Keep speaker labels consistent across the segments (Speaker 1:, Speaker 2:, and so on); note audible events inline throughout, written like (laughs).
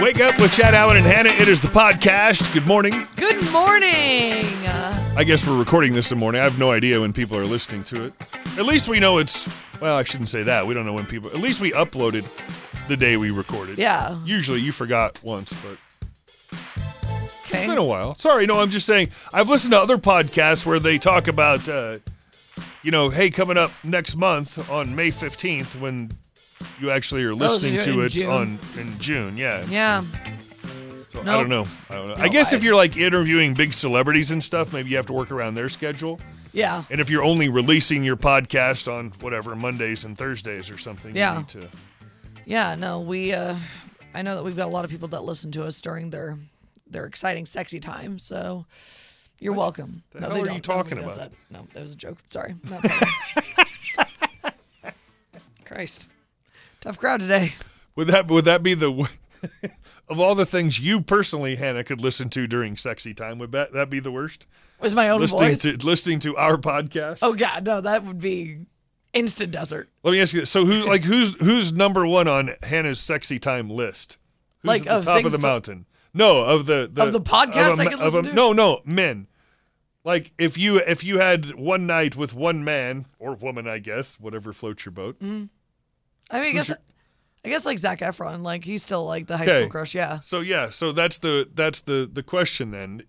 Speaker 1: Wake up with Chad Allen and Hannah. It is the podcast. Good morning.
Speaker 2: Good morning.
Speaker 1: I guess we're recording this in the morning. I have no idea when people are listening to it. At least we know it's, well, I shouldn't say that. We don't know when people, at least we uploaded the day we recorded.
Speaker 2: Yeah.
Speaker 1: Usually you forgot once, but
Speaker 2: Okay.
Speaker 1: it's been a while. Sorry, no, I'm just saying I've listened to other podcasts where they talk about, uh, you know, hey, coming up next month on May 15th when you actually are
Speaker 2: so
Speaker 1: listening
Speaker 2: you're
Speaker 1: to
Speaker 2: Oh, in
Speaker 1: it
Speaker 2: June.
Speaker 1: on in June. Yeah.
Speaker 2: yeah.
Speaker 1: So I
Speaker 2: Nope.
Speaker 1: don't know. I don't know. I
Speaker 2: No,
Speaker 1: guess
Speaker 2: I-
Speaker 1: if you're like interviewing big celebrities and stuff, maybe you have to work around their schedule.
Speaker 2: Yeah.
Speaker 1: And if you're only releasing your podcast on whatever Mondays and Thursdays or something,
Speaker 2: Yeah.
Speaker 1: you need to.
Speaker 2: Yeah. No, we. Uh, I know that we've got a lot of people that listen to us during their their exciting, sexy time. So you're welcome.
Speaker 1: the
Speaker 2: no,
Speaker 1: hell
Speaker 2: they
Speaker 1: are you
Speaker 2: don't.
Speaker 1: talking
Speaker 2: Nobody does
Speaker 1: about?
Speaker 2: that. No, that was a joke.
Speaker 1: (laughs)
Speaker 2: Sorry. Not funny. Christ. Tough crowd today.
Speaker 1: Would that would that be the w- (laughs) of all the things you personally, Hannah, could listen to during sexy time? Would that that be the worst?
Speaker 2: Was my own
Speaker 1: listening
Speaker 2: voice.
Speaker 1: to listening to our podcast.
Speaker 2: oh God, no, that would be instant desert.
Speaker 1: Let me ask you this: So
Speaker 2: (laughs)
Speaker 1: who's like who's who's number one on Hannah's sexy time list? Who's
Speaker 2: Like,
Speaker 1: at the
Speaker 2: of
Speaker 1: top of
Speaker 2: things
Speaker 1: the
Speaker 2: to-
Speaker 1: mountain? No, of the, the
Speaker 2: Of the podcast
Speaker 1: I
Speaker 2: I could listen to?
Speaker 1: No, no, men. Like if you if you had one night with one man or woman, I guess whatever floats your boat.
Speaker 2: Mm. I mean, I guess.
Speaker 1: your-
Speaker 2: I guess like Zach Efron, like he's still like the high
Speaker 1: Okay.
Speaker 2: school crush, yeah.
Speaker 1: So yeah, so that's the that's the the question then.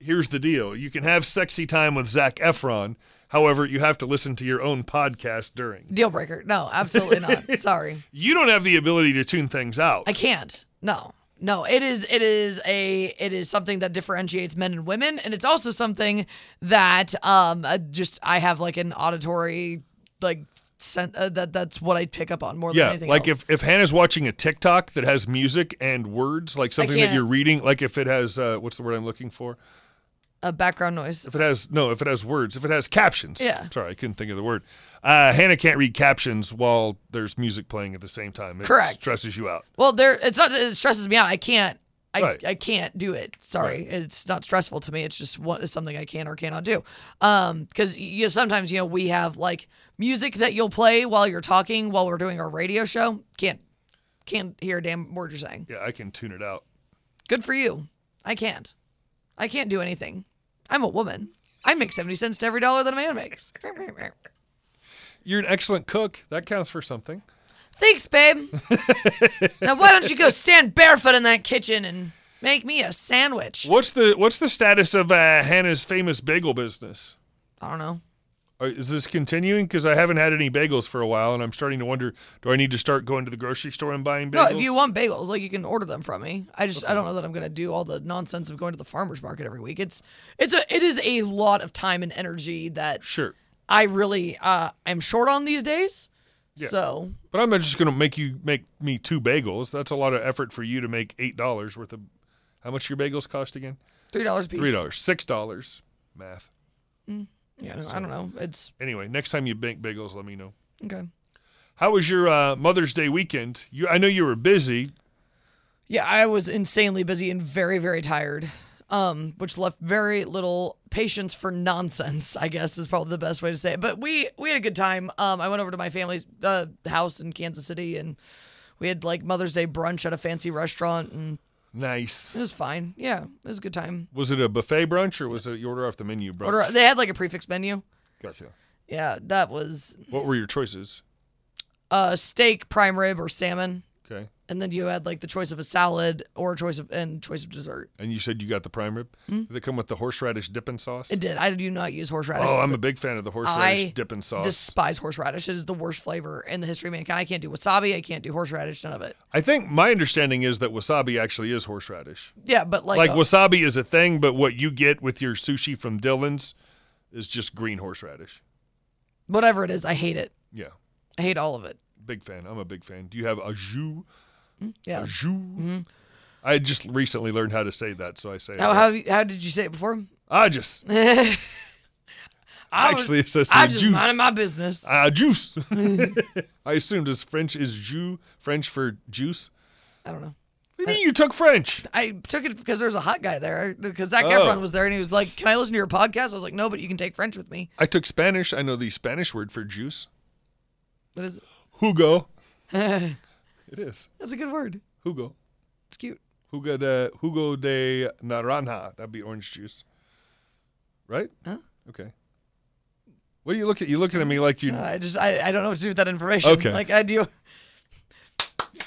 Speaker 1: Here's the deal: you can have sexy time with Zach Efron. However, you have to listen to your own podcast during.
Speaker 2: Deal breaker. No, absolutely
Speaker 1: (laughs)
Speaker 2: not. Sorry.
Speaker 1: You don't have the ability to tune things out.
Speaker 2: I can't. No. No, it is it is a it is something that differentiates men and women and it's also something that um uh, just I have like an auditory like sen- uh, that that's what I pick up on more than
Speaker 1: Yeah,
Speaker 2: anything
Speaker 1: like
Speaker 2: else.
Speaker 1: if if Hannah's watching a TikTok that has music and words, like something that
Speaker 2: can't.
Speaker 1: you're reading, like if it has uh, what's the word I'm looking for?
Speaker 2: a background noise.
Speaker 1: If it has no, if it has words, if it has captions.
Speaker 2: Yeah.
Speaker 1: Sorry, I couldn't think of the word. Uh, Hannah can't read captions while there's music playing at the same time. It
Speaker 2: Correct.
Speaker 1: Stresses you out.
Speaker 2: Well, there it's not it stresses me out. I can't I,
Speaker 1: Right.
Speaker 2: I can't do it. Sorry, it's not stressful to me. It's just what is something I can or cannot do. Um, because you know, sometimes you know we have like music that you'll play while you're talking while we're doing our radio show. Can't can't hear a damn word you're saying.
Speaker 1: Yeah, I can tune it out.
Speaker 2: Good for you. I can't. I can't do anything. I'm a woman. I make seventy cents to every dollar that a man makes. (laughs)
Speaker 1: You're an excellent cook. That counts for something.
Speaker 2: Thanks, babe. now why don't you go stand barefoot in that kitchen and make me a sandwich?
Speaker 1: What's the what's the status of uh, Hannah's famous bagel business?
Speaker 2: I don't know.
Speaker 1: Are- Is this continuing? Because I haven't had any bagels for a while, and I'm starting to wonder: Do I need to start going to the grocery store and buying
Speaker 2: No,
Speaker 1: bagels?
Speaker 2: if you want bagels, like you can order them from me. I just I don't know that I'm gonna do all the nonsense of going to the farmers market every week. It's it's a it is a lot of time and energy that
Speaker 1: Sure.
Speaker 2: I really uh I'm short on these days. So
Speaker 1: But I'm not just going to make you make me two bagels. That's a lot of effort for you to make eight dollars worth of. How much your bagels cost again?
Speaker 2: three dollars a piece.
Speaker 1: Three dollars, six dollars. Math.
Speaker 2: Yeah, I don't, I don't know. It's
Speaker 1: Anyway, next time you bake bagels, let me know.
Speaker 2: okay.
Speaker 1: How was your uh, Mother's Day weekend? You, I know you were busy.
Speaker 2: Yeah, I was insanely busy and very very tired. Um, which left very little patience for nonsense, I guess is probably the best way to say it. But we we had a good time. Um, I went over to my family's uh, house in Kansas City and we had like Mother's Day brunch at a fancy restaurant and
Speaker 1: Nice.
Speaker 2: It was fine. Yeah, it was a good time.
Speaker 1: Was it a buffet brunch or was it you order off the menu brunch?
Speaker 2: Order. They had like a prefix menu.
Speaker 1: Gotcha.
Speaker 2: Yeah, that was
Speaker 1: What were your choices?
Speaker 2: uh, steak, prime rib, or salmon,
Speaker 1: Okay.
Speaker 2: and then you had like the choice of a salad or a choice of and choice of dessert.
Speaker 1: And you said you got the prime rib. Did it come with the horseradish dipping sauce?
Speaker 2: It did. I do not use horseradish.
Speaker 1: oh, I'm a big fan of the horseradish
Speaker 2: I
Speaker 1: dipping sauce.
Speaker 2: despise horseradish. It is the worst flavor in the history of mankind. I can't do wasabi. I can't do horseradish. None of it.
Speaker 1: I think my understanding is that wasabi actually is horseradish.
Speaker 2: Yeah, but like,
Speaker 1: like
Speaker 2: uh,
Speaker 1: wasabi is a thing, but what you get with your sushi from Dylan's is just green horseradish.
Speaker 2: whatever it is, I hate it.
Speaker 1: Yeah,
Speaker 2: I hate all of it.
Speaker 1: big fan. I'm a big fan. Do you have a jus?
Speaker 2: Yeah.
Speaker 1: A jus? I just recently learned how to say that, so I say. it
Speaker 2: Mm-hmm. How,
Speaker 1: right.
Speaker 2: how how did you say it before?
Speaker 1: I just
Speaker 2: I was-
Speaker 1: actually it says
Speaker 2: I
Speaker 1: the
Speaker 2: just
Speaker 1: juice.
Speaker 2: minded my Mm-hmm. business.
Speaker 1: Ah, juice. (laughs) I assumed as French is jus, French for juice.
Speaker 2: I don't know.
Speaker 1: What do you mean you took French?
Speaker 2: I took it because there was a hot guy there because Zach
Speaker 1: Oh.
Speaker 2: Efron was there and he was like, "Can I listen to your podcast?" I was like, "No, but you can take French with me."
Speaker 1: I took Spanish. I know the Spanish word for juice.
Speaker 2: That is (laughs)
Speaker 1: Hugo. it is
Speaker 2: that's a good word.
Speaker 1: Hugo.
Speaker 2: It's cute.
Speaker 1: Hugo de Hugo de Naranja. That'd be orange juice, right?
Speaker 2: Huh?
Speaker 1: Okay. What are you looking? You looking at me like you
Speaker 2: Uh, I just I, I don't know what to do with that information.
Speaker 1: Okay.
Speaker 2: Like I do.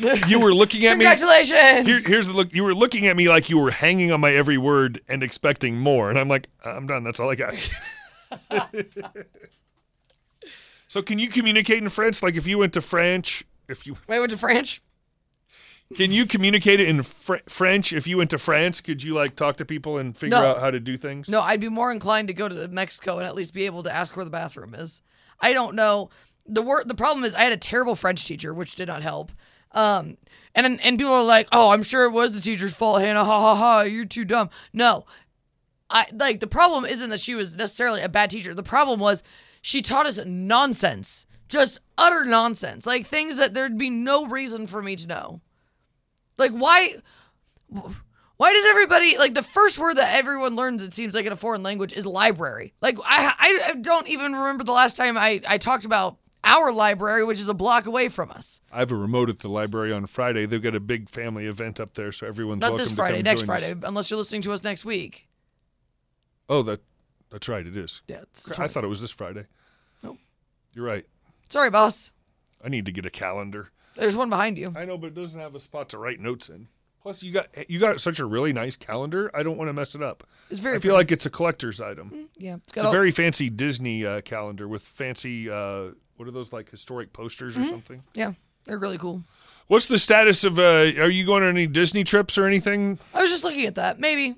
Speaker 2: (laughs)
Speaker 1: you were looking at me.
Speaker 2: Congratulations.
Speaker 1: Here, here's the look. You were looking at me like you were hanging on my every word and expecting more, and I'm like, I'm done. That's all I got. (laughs) so, can you communicate in French? Like, if you went to French, if you
Speaker 2: Wait, I went to French.
Speaker 1: can you communicate it in fr- French? If you went to France, could you like talk to people and figure
Speaker 2: No.
Speaker 1: out how to do things?
Speaker 2: No, I'd be more inclined to go to Mexico and at least be able to ask where the bathroom is. I don't know. The word the problem is I had a terrible French teacher, which did not help. Um, and and people are like, "Oh, I'm sure it was the teacher's fault, Hannah. Ha ha ha! You're too dumb." No, I like the problem isn't that she was necessarily a bad teacher. The problem was she taught us nonsense, just utter nonsense, like things that there'd be no reason for me to know. Like why why does everybody like the first word that everyone learns? It seems like in a foreign language is library. Like I, I, I don't even remember the last time I, I talked about our library, which is a block away from us.
Speaker 1: I have a remote at the library on Friday. They've got a big family event up there, so everyone's
Speaker 2: Not
Speaker 1: welcome
Speaker 2: this
Speaker 1: to
Speaker 2: Friday,
Speaker 1: come
Speaker 2: next
Speaker 1: join us.
Speaker 2: Friday, unless you're listening to us next week.
Speaker 1: Oh, that that's right. It is.
Speaker 2: Yeah, it's
Speaker 1: I thought it was this Friday.
Speaker 2: Nope.
Speaker 1: You're right.
Speaker 2: sorry, boss.
Speaker 1: I need to get a calendar.
Speaker 2: There's one behind you.
Speaker 1: I know, but it doesn't have a spot to write notes in. Plus, you got you got such a really nice calendar. I don't want to mess it up.
Speaker 2: It's very.
Speaker 1: I feel like it's a collector's item.
Speaker 2: yeah, it's got
Speaker 1: It's a
Speaker 2: all,
Speaker 1: very fancy Disney uh, calendar with fancy uh, what are those like historic posters
Speaker 2: Mm-hmm.
Speaker 1: or something.
Speaker 2: yeah, they're really cool.
Speaker 1: What's the status of? Uh, are you going on any Disney trips or anything?
Speaker 2: I was just looking at that. Maybe.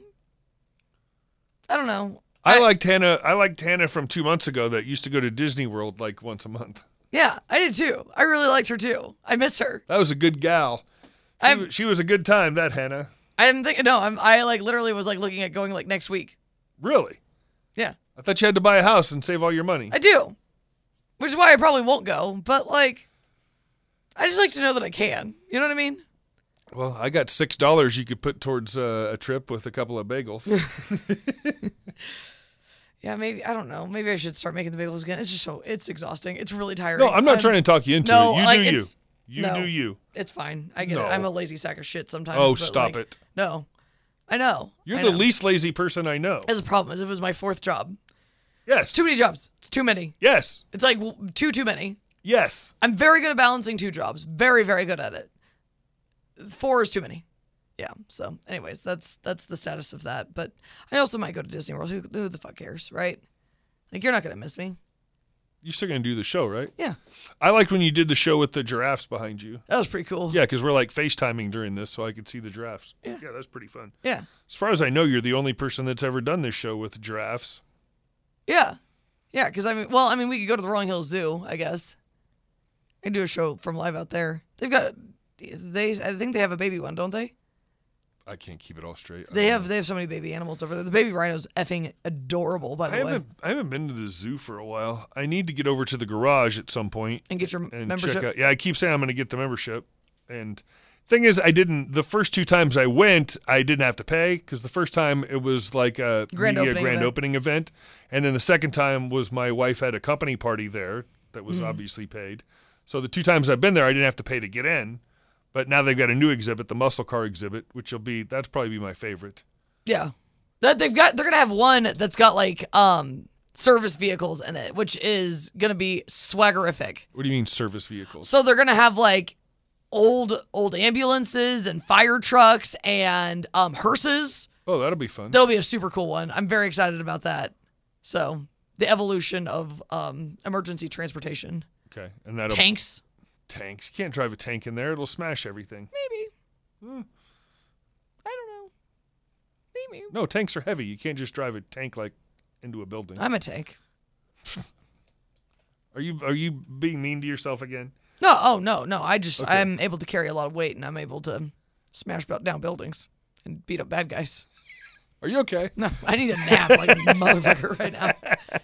Speaker 2: I don't know.
Speaker 1: I,
Speaker 2: I-
Speaker 1: liked Hannah. I liked Hannah from two months ago that used to go to Disney World like once a month.
Speaker 2: Yeah, I did too. I really liked her too. I miss her.
Speaker 1: That was a good gal. She,
Speaker 2: I'm-
Speaker 1: wa- she was a good time. That Hannah.
Speaker 2: I'm thinking. No, I'm. I like literally was like looking at going like next week.
Speaker 1: Really?
Speaker 2: Yeah.
Speaker 1: I thought you had to buy a house and save all your money.
Speaker 2: I do, which is why I probably won't go. But like, I just like to know that I can. You know what I mean?
Speaker 1: Well, I got six dollars you could put towards uh, a trip with a couple of bagels.
Speaker 2: Yeah, maybe I don't know. Maybe I should start making the bagels again. It's just so it's exhausting. It's really tiring.
Speaker 1: (laughs) no, I'm not trying to talk you into
Speaker 2: Um, No,
Speaker 1: it. You
Speaker 2: like,
Speaker 1: do you.
Speaker 2: it's-
Speaker 1: You
Speaker 2: no.
Speaker 1: do you.
Speaker 2: It's fine. I get
Speaker 1: No.
Speaker 2: it. I'm a lazy sack of shit sometimes.
Speaker 1: Oh,
Speaker 2: but,
Speaker 1: stop
Speaker 2: like,
Speaker 1: it.
Speaker 2: No, I know.
Speaker 1: You're
Speaker 2: I
Speaker 1: the
Speaker 2: know.
Speaker 1: least lazy person I know.
Speaker 2: That's the problem. Is if it was my fourth job.
Speaker 1: Yes.
Speaker 2: Too many jobs. It's too many.
Speaker 1: Yes.
Speaker 2: It's like w- too too many.
Speaker 1: Yes.
Speaker 2: I'm very good at balancing two jobs. Very very good at it. Four is too many. Yeah. So, anyways, that's that's the status of that. But I also might go to Disney World. Who, who the fuck cares, right? Like you're not gonna miss me.
Speaker 1: You're still gonna do the show, right?
Speaker 2: Yeah,
Speaker 1: I liked when you did the show with the giraffes behind you.
Speaker 2: that was pretty cool.
Speaker 1: Yeah, because we're like FaceTiming during this, so I could see the giraffes. Yeah, that's pretty fun.
Speaker 2: Yeah.
Speaker 1: As far as I know, you're the only person that's ever done this show with giraffes.
Speaker 2: Yeah. Yeah. Because I mean, well, I mean, we could go to the Rolling Hills Zoo, I guess. I can do a show from live out there. They've got they. I think they have a baby one, don't they?
Speaker 1: I can't keep it all straight. I
Speaker 2: They
Speaker 1: don't
Speaker 2: have
Speaker 1: know.
Speaker 2: they have so many baby animals over there. The baby rhino's effing adorable, by
Speaker 1: I
Speaker 2: the way.
Speaker 1: haven't. I haven't been to the zoo for a while. I need to get over to the garage at some point
Speaker 2: And get your
Speaker 1: and
Speaker 2: membership.
Speaker 1: check out. Yeah, I keep saying I'm going to get the membership. And thing is, I didn't. The first two times I went, I didn't have to pay because the first time it was like a
Speaker 2: Grand
Speaker 1: media
Speaker 2: opening
Speaker 1: grand
Speaker 2: event.
Speaker 1: opening event, and then the second time was my wife had a company party there that
Speaker 2: Mm.
Speaker 1: was obviously paid. So the two times I've been there, I didn't have to pay to get in. But now they've got a new exhibit, the muscle car exhibit, which will be that's probably be my favorite.
Speaker 2: Yeah. That they've got they're gonna have one that's got like um service vehicles in it, which is gonna be swaggerific.
Speaker 1: What do you mean service vehicles?
Speaker 2: So they're gonna have like old old ambulances and fire trucks and um hearses.
Speaker 1: Oh, that'll be fun.
Speaker 2: That'll be a super cool one. I'm very excited about that. So the evolution of um emergency transportation.
Speaker 1: Okay, and that'll
Speaker 2: Tanks.
Speaker 1: tanks. You can't drive a tank in there; it'll smash everything.
Speaker 2: Maybe. I don't know. Maybe.
Speaker 1: No, tanks are heavy. You can't just drive a tank like into a building.
Speaker 2: I'm a tank.
Speaker 1: Are you are you being mean to yourself again?
Speaker 2: No, oh no, no. I just
Speaker 1: Okay.
Speaker 2: I'm able to carry a lot of weight and I'm able to smash bu- down buildings and beat up bad guys. (laughs)
Speaker 1: Are you okay?
Speaker 2: No, I need a
Speaker 1: (laughs)
Speaker 2: nap like a motherfucker right now.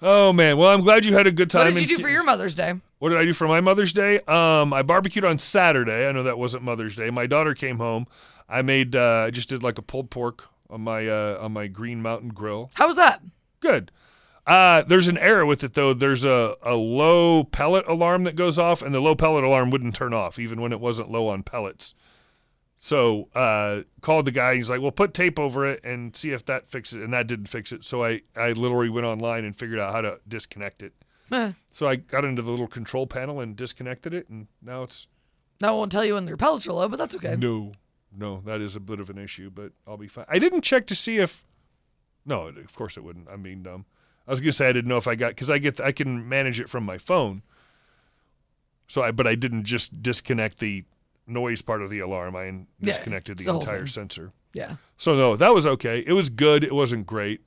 Speaker 1: Oh man. Well, I'm glad you had a good
Speaker 2: What
Speaker 1: time.
Speaker 2: did
Speaker 1: in
Speaker 2: you do
Speaker 1: Ki-
Speaker 2: for your Mother's Day?
Speaker 1: What did I do for my Mother's Day? Um, I barbecued on Saturday. I know that wasn't Mother's Day. My daughter came home. I made uh, I just did like a pulled pork on my uh, on my Green Mountain grill.
Speaker 2: How was that?
Speaker 1: Good. Uh, there's an error with it though. There's a, a low pellet alarm that goes off, and the low pellet alarm wouldn't turn off even when it wasn't low on pellets. So uh, called the guy. He's like, "Well, put tape over it and see if that fixes it." And that didn't fix it. So I I literally went online and figured out how to disconnect it.
Speaker 2: Eh,
Speaker 1: So I got into the little control panel and disconnected it, and now it's
Speaker 2: That won't tell you when your pellets are low, but that's okay.
Speaker 1: no, no, that is a bit of an issue, but I'll be fine. I didn't check to see if. No, it- of course it wouldn't. I'm being dumb. I was gonna say I didn't know if I got because I get I can manage it from my phone. So I, but I didn't just disconnect the noise part of the alarm. I in-
Speaker 2: Yeah,
Speaker 1: disconnected
Speaker 2: it's
Speaker 1: the
Speaker 2: the whole
Speaker 1: entire
Speaker 2: thing.
Speaker 1: sensor.
Speaker 2: Yeah.
Speaker 1: So no, that was okay. It was good. It wasn't great.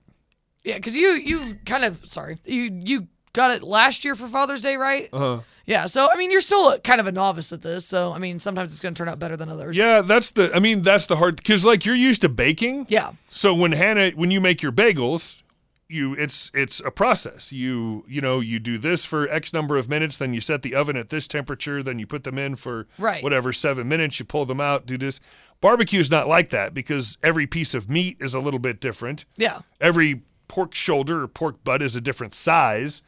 Speaker 2: Yeah, because you you kind of sorry you you got it last year for Father's Day, right?
Speaker 1: Uh-huh.
Speaker 2: Yeah. So I mean, you're still a, kind of a novice at this, so I mean, sometimes it's going to turn out better than others.
Speaker 1: Yeah, that's the. I mean, that's the hard because like you're used to baking.
Speaker 2: Yeah.
Speaker 1: So when Hannah, when you make your bagels, you it's it's a process. You you know you do this for X number of minutes, then you set the oven at this temperature, then you put them in for
Speaker 2: Right.
Speaker 1: whatever seven minutes. You pull them out, do this. Barbecue is not like that because every piece of meat is a little bit different.
Speaker 2: Yeah.
Speaker 1: Every pork shoulder or pork butt is a different size.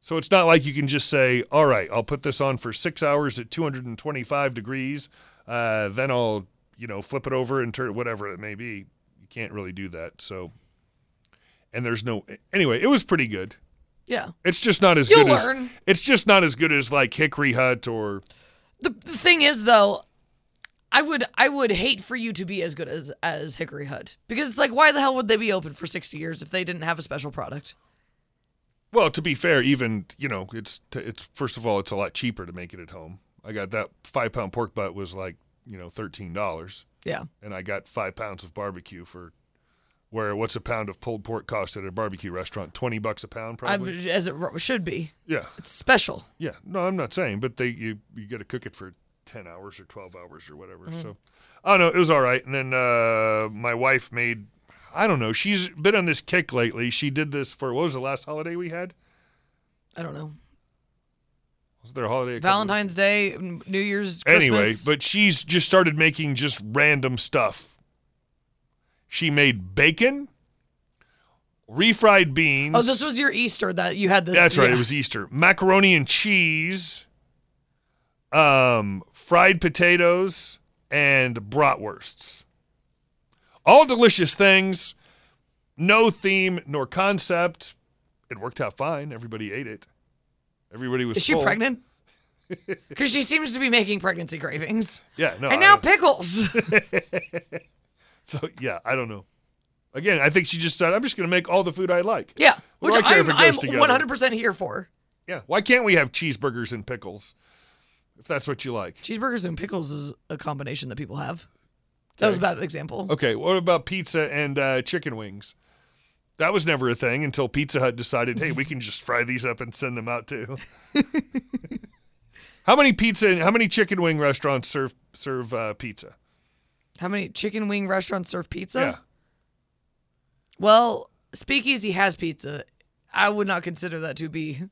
Speaker 1: So it's not like you can just say, all right, I'll put this on for six hours at 225 degrees. Uh, then I'll, you know, flip it over and turn whatever it may be. You can't really do that. So, and there's no, anyway, it was pretty good.
Speaker 2: Yeah.
Speaker 1: It's just not as
Speaker 2: You'll
Speaker 1: good as,
Speaker 2: learn.
Speaker 1: it's just not as good as like Hickory Hut or,
Speaker 2: The, the thing is though, I would I would hate for you to be as good as as Hickory Hut because it's like why the hell would they be open for 60 years if they didn't have a special product?
Speaker 1: well, to be fair, even, you know, it's, it's, first of all, it's a lot cheaper to make it at home. I got that five pound pork butt was like, you know, $13.
Speaker 2: Yeah.
Speaker 1: and I got five pounds of barbecue for where what's a pound of pulled pork cost at a barbecue restaurant? Twenty bucks a pound,
Speaker 2: I,
Speaker 1: probably.
Speaker 2: as it ro- should be.
Speaker 1: yeah,
Speaker 2: It's special.
Speaker 1: yeah. No, I'm not saying, but they you you got to cook it for ten hours or twelve hours or whatever. So I don't know. It was all right. And then uh, my wife made. I don't know. She's been on this kick lately. She did this for what was the last holiday we had?
Speaker 2: I don't know.
Speaker 1: Was there a holiday? a couple weeks
Speaker 2: Valentine's Day, New Year's, Christmas.
Speaker 1: Anyway, but she's just started making just random stuff. She made bacon, refried beans.
Speaker 2: Oh, this was your Easter that you had this.
Speaker 1: That's right.
Speaker 2: yeah.
Speaker 1: It was Easter. Macaroni and cheese, um, fried potatoes, and bratwursts. All delicious things. No theme nor concept. It worked out fine. Everybody ate it. Everybody was.
Speaker 2: (laughs) Is she
Speaker 1: full. (laughs)
Speaker 2: pregnant? Because she seems to be making pregnancy cravings.
Speaker 1: Yeah. No.
Speaker 2: and
Speaker 1: I-
Speaker 2: now pickles. (laughs)
Speaker 1: So yeah, I don't know. Again, I think she just said, "I'm just going to make all the food I like."
Speaker 2: yeah,
Speaker 1: What
Speaker 2: which
Speaker 1: do I care if
Speaker 2: I'm,
Speaker 1: it
Speaker 2: I'm
Speaker 1: goes together?
Speaker 2: 100% here for.
Speaker 1: Yeah. Why can't we have cheeseburgers and pickles if that's what you like?
Speaker 2: Cheeseburgers and pickles is a combination that people have. That was a bad example.
Speaker 1: Okay. What about pizza and uh, chicken wings? That was never a thing until Pizza Hut decided, "Hey, we can just fry these up and send them out
Speaker 2: (laughs)
Speaker 1: too." how many pizza and how many chicken wing restaurants serve serve uh, pizza?
Speaker 2: How many chicken wing restaurants serve pizza?
Speaker 1: yeah.
Speaker 2: Well, Speakeasy has pizza. I would not consider that to be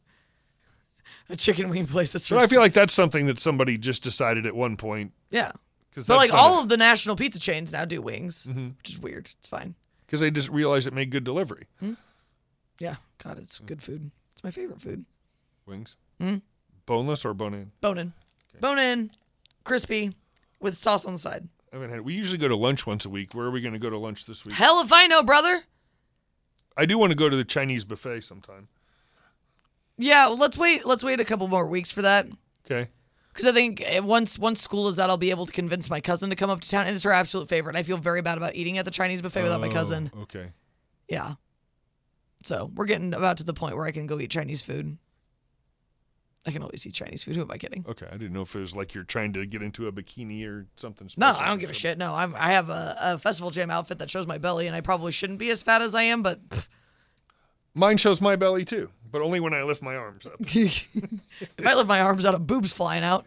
Speaker 2: a chicken wing place that
Speaker 1: But
Speaker 2: serves.
Speaker 1: I feel like that's something that somebody just decided at one point.
Speaker 2: yeah,
Speaker 1: Cause
Speaker 2: but like all of the national pizza chains now do wings,
Speaker 1: Mm-hmm.
Speaker 2: which is weird. It's fine.
Speaker 1: because they just realized it made good delivery.
Speaker 2: Hmm. Yeah, God, it's
Speaker 1: Mm-hmm.
Speaker 2: good food. It's my favorite food.
Speaker 1: Wings. Boneless or bone in?
Speaker 2: Bone in. Bone in, crispy, with sauce on the side.
Speaker 1: I haven't had. We usually go to lunch once a week. Where are we going to go to lunch this week?
Speaker 2: Hell if I know, brother.
Speaker 1: I do want to go to the Chinese buffet sometime.
Speaker 2: Yeah, well, let's wait. Let's wait a couple more weeks for that.
Speaker 1: Okay.
Speaker 2: Because I think eh, once once school is out, I'll be able to convince my cousin to come up to town, and it's her absolute favorite. I feel very bad about eating at the Chinese buffet without my
Speaker 1: Oh,
Speaker 2: cousin.
Speaker 1: Okay.
Speaker 2: Yeah. So we're getting about to the point where I can go eat Chinese food. I can always eat Chinese food. Who am I kidding?
Speaker 1: Okay. I didn't know if it was like you're trying to get into a bikini or something.
Speaker 2: No,
Speaker 1: special
Speaker 2: I don't
Speaker 1: or
Speaker 2: give a
Speaker 1: something.
Speaker 2: shit. No, I'm, I have a, a festival jam outfit that shows my belly, and I probably shouldn't be as fat as I am, but pff,
Speaker 1: Mine shows my belly too, but only when I lift my arms up.
Speaker 2: if I lift my arms out, a boob's flying out.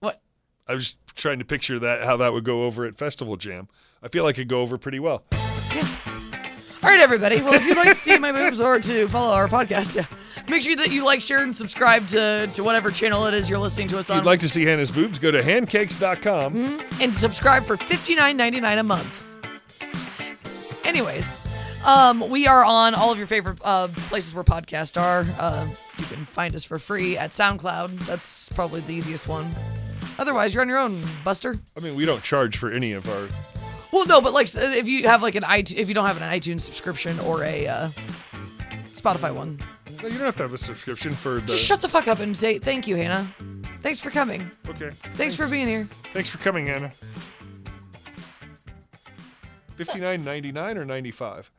Speaker 2: What?
Speaker 1: I was trying to picture that how that would go over at Festival Jam. I feel like it'd go over pretty well.
Speaker 2: All right, everybody. Well, if you'd like to see my moves or to follow our podcast, yeah, make sure that you like, share, and subscribe to, to whatever channel it is you're listening to us
Speaker 1: If
Speaker 2: on,
Speaker 1: you'd like to see Hannah's boobs, go to handcakes.com.
Speaker 2: and subscribe for fifty nine ninety nine a month. Anyways, um, we are on all of your favorite uh, places where podcasts are. Uh, you can find us for free at SoundCloud. That's probably the easiest one. Otherwise, you're on your own, Buster.
Speaker 1: I mean, we don't charge for any of our.
Speaker 2: Well, no, but like s- if you have like an iTunes, if you don't have an iTunes subscription or a uh, Spotify one,
Speaker 1: No, you don't have to have a subscription for the.
Speaker 2: just shut the fuck up and say thank you, Hannah. Thanks for coming.
Speaker 1: okay.
Speaker 2: Thanks for being here.
Speaker 1: Thanks for coming, Anna. Fifty nine ninety nine or ninety five.